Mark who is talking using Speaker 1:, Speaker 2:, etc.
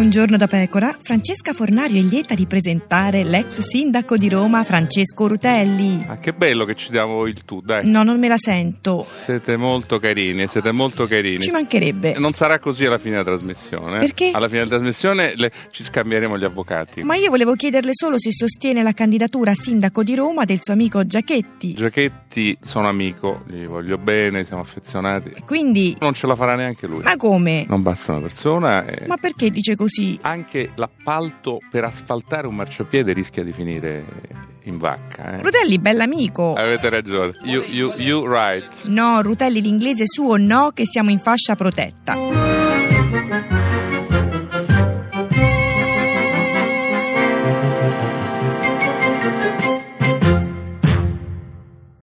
Speaker 1: Un giorno da pecora, Francesca Fornario è lieta di presentare l'ex sindaco di Roma Francesco Rutelli.
Speaker 2: Ah, che bello che ci diamo il tu, dai.
Speaker 1: No, non me la sento.
Speaker 2: Siete molto carini, siete molto carini.
Speaker 1: Ci mancherebbe.
Speaker 2: Non sarà così alla fine della trasmissione. eh?
Speaker 1: Perché?
Speaker 2: Alla fine della trasmissione le- ci scambieremo gli avvocati.
Speaker 1: Ma io volevo chiederle solo se sostiene la candidatura a sindaco di Roma del suo amico Giachetti.
Speaker 2: Giachetti, sono amico, gli voglio bene, siamo affezionati.
Speaker 1: Quindi,
Speaker 2: Non ce la farà neanche lui.
Speaker 1: ma come?
Speaker 2: Non basta una persona. e-
Speaker 1: Ma perché dice così?
Speaker 2: Anche l'appalto per asfaltare un marciapiede rischia di finire in vacca. eh.
Speaker 1: Rutelli, bell'amico.
Speaker 2: Avete ragione. You, you, you right.
Speaker 1: No, Rutelli, l'inglese suo no, che siamo in fascia protetta.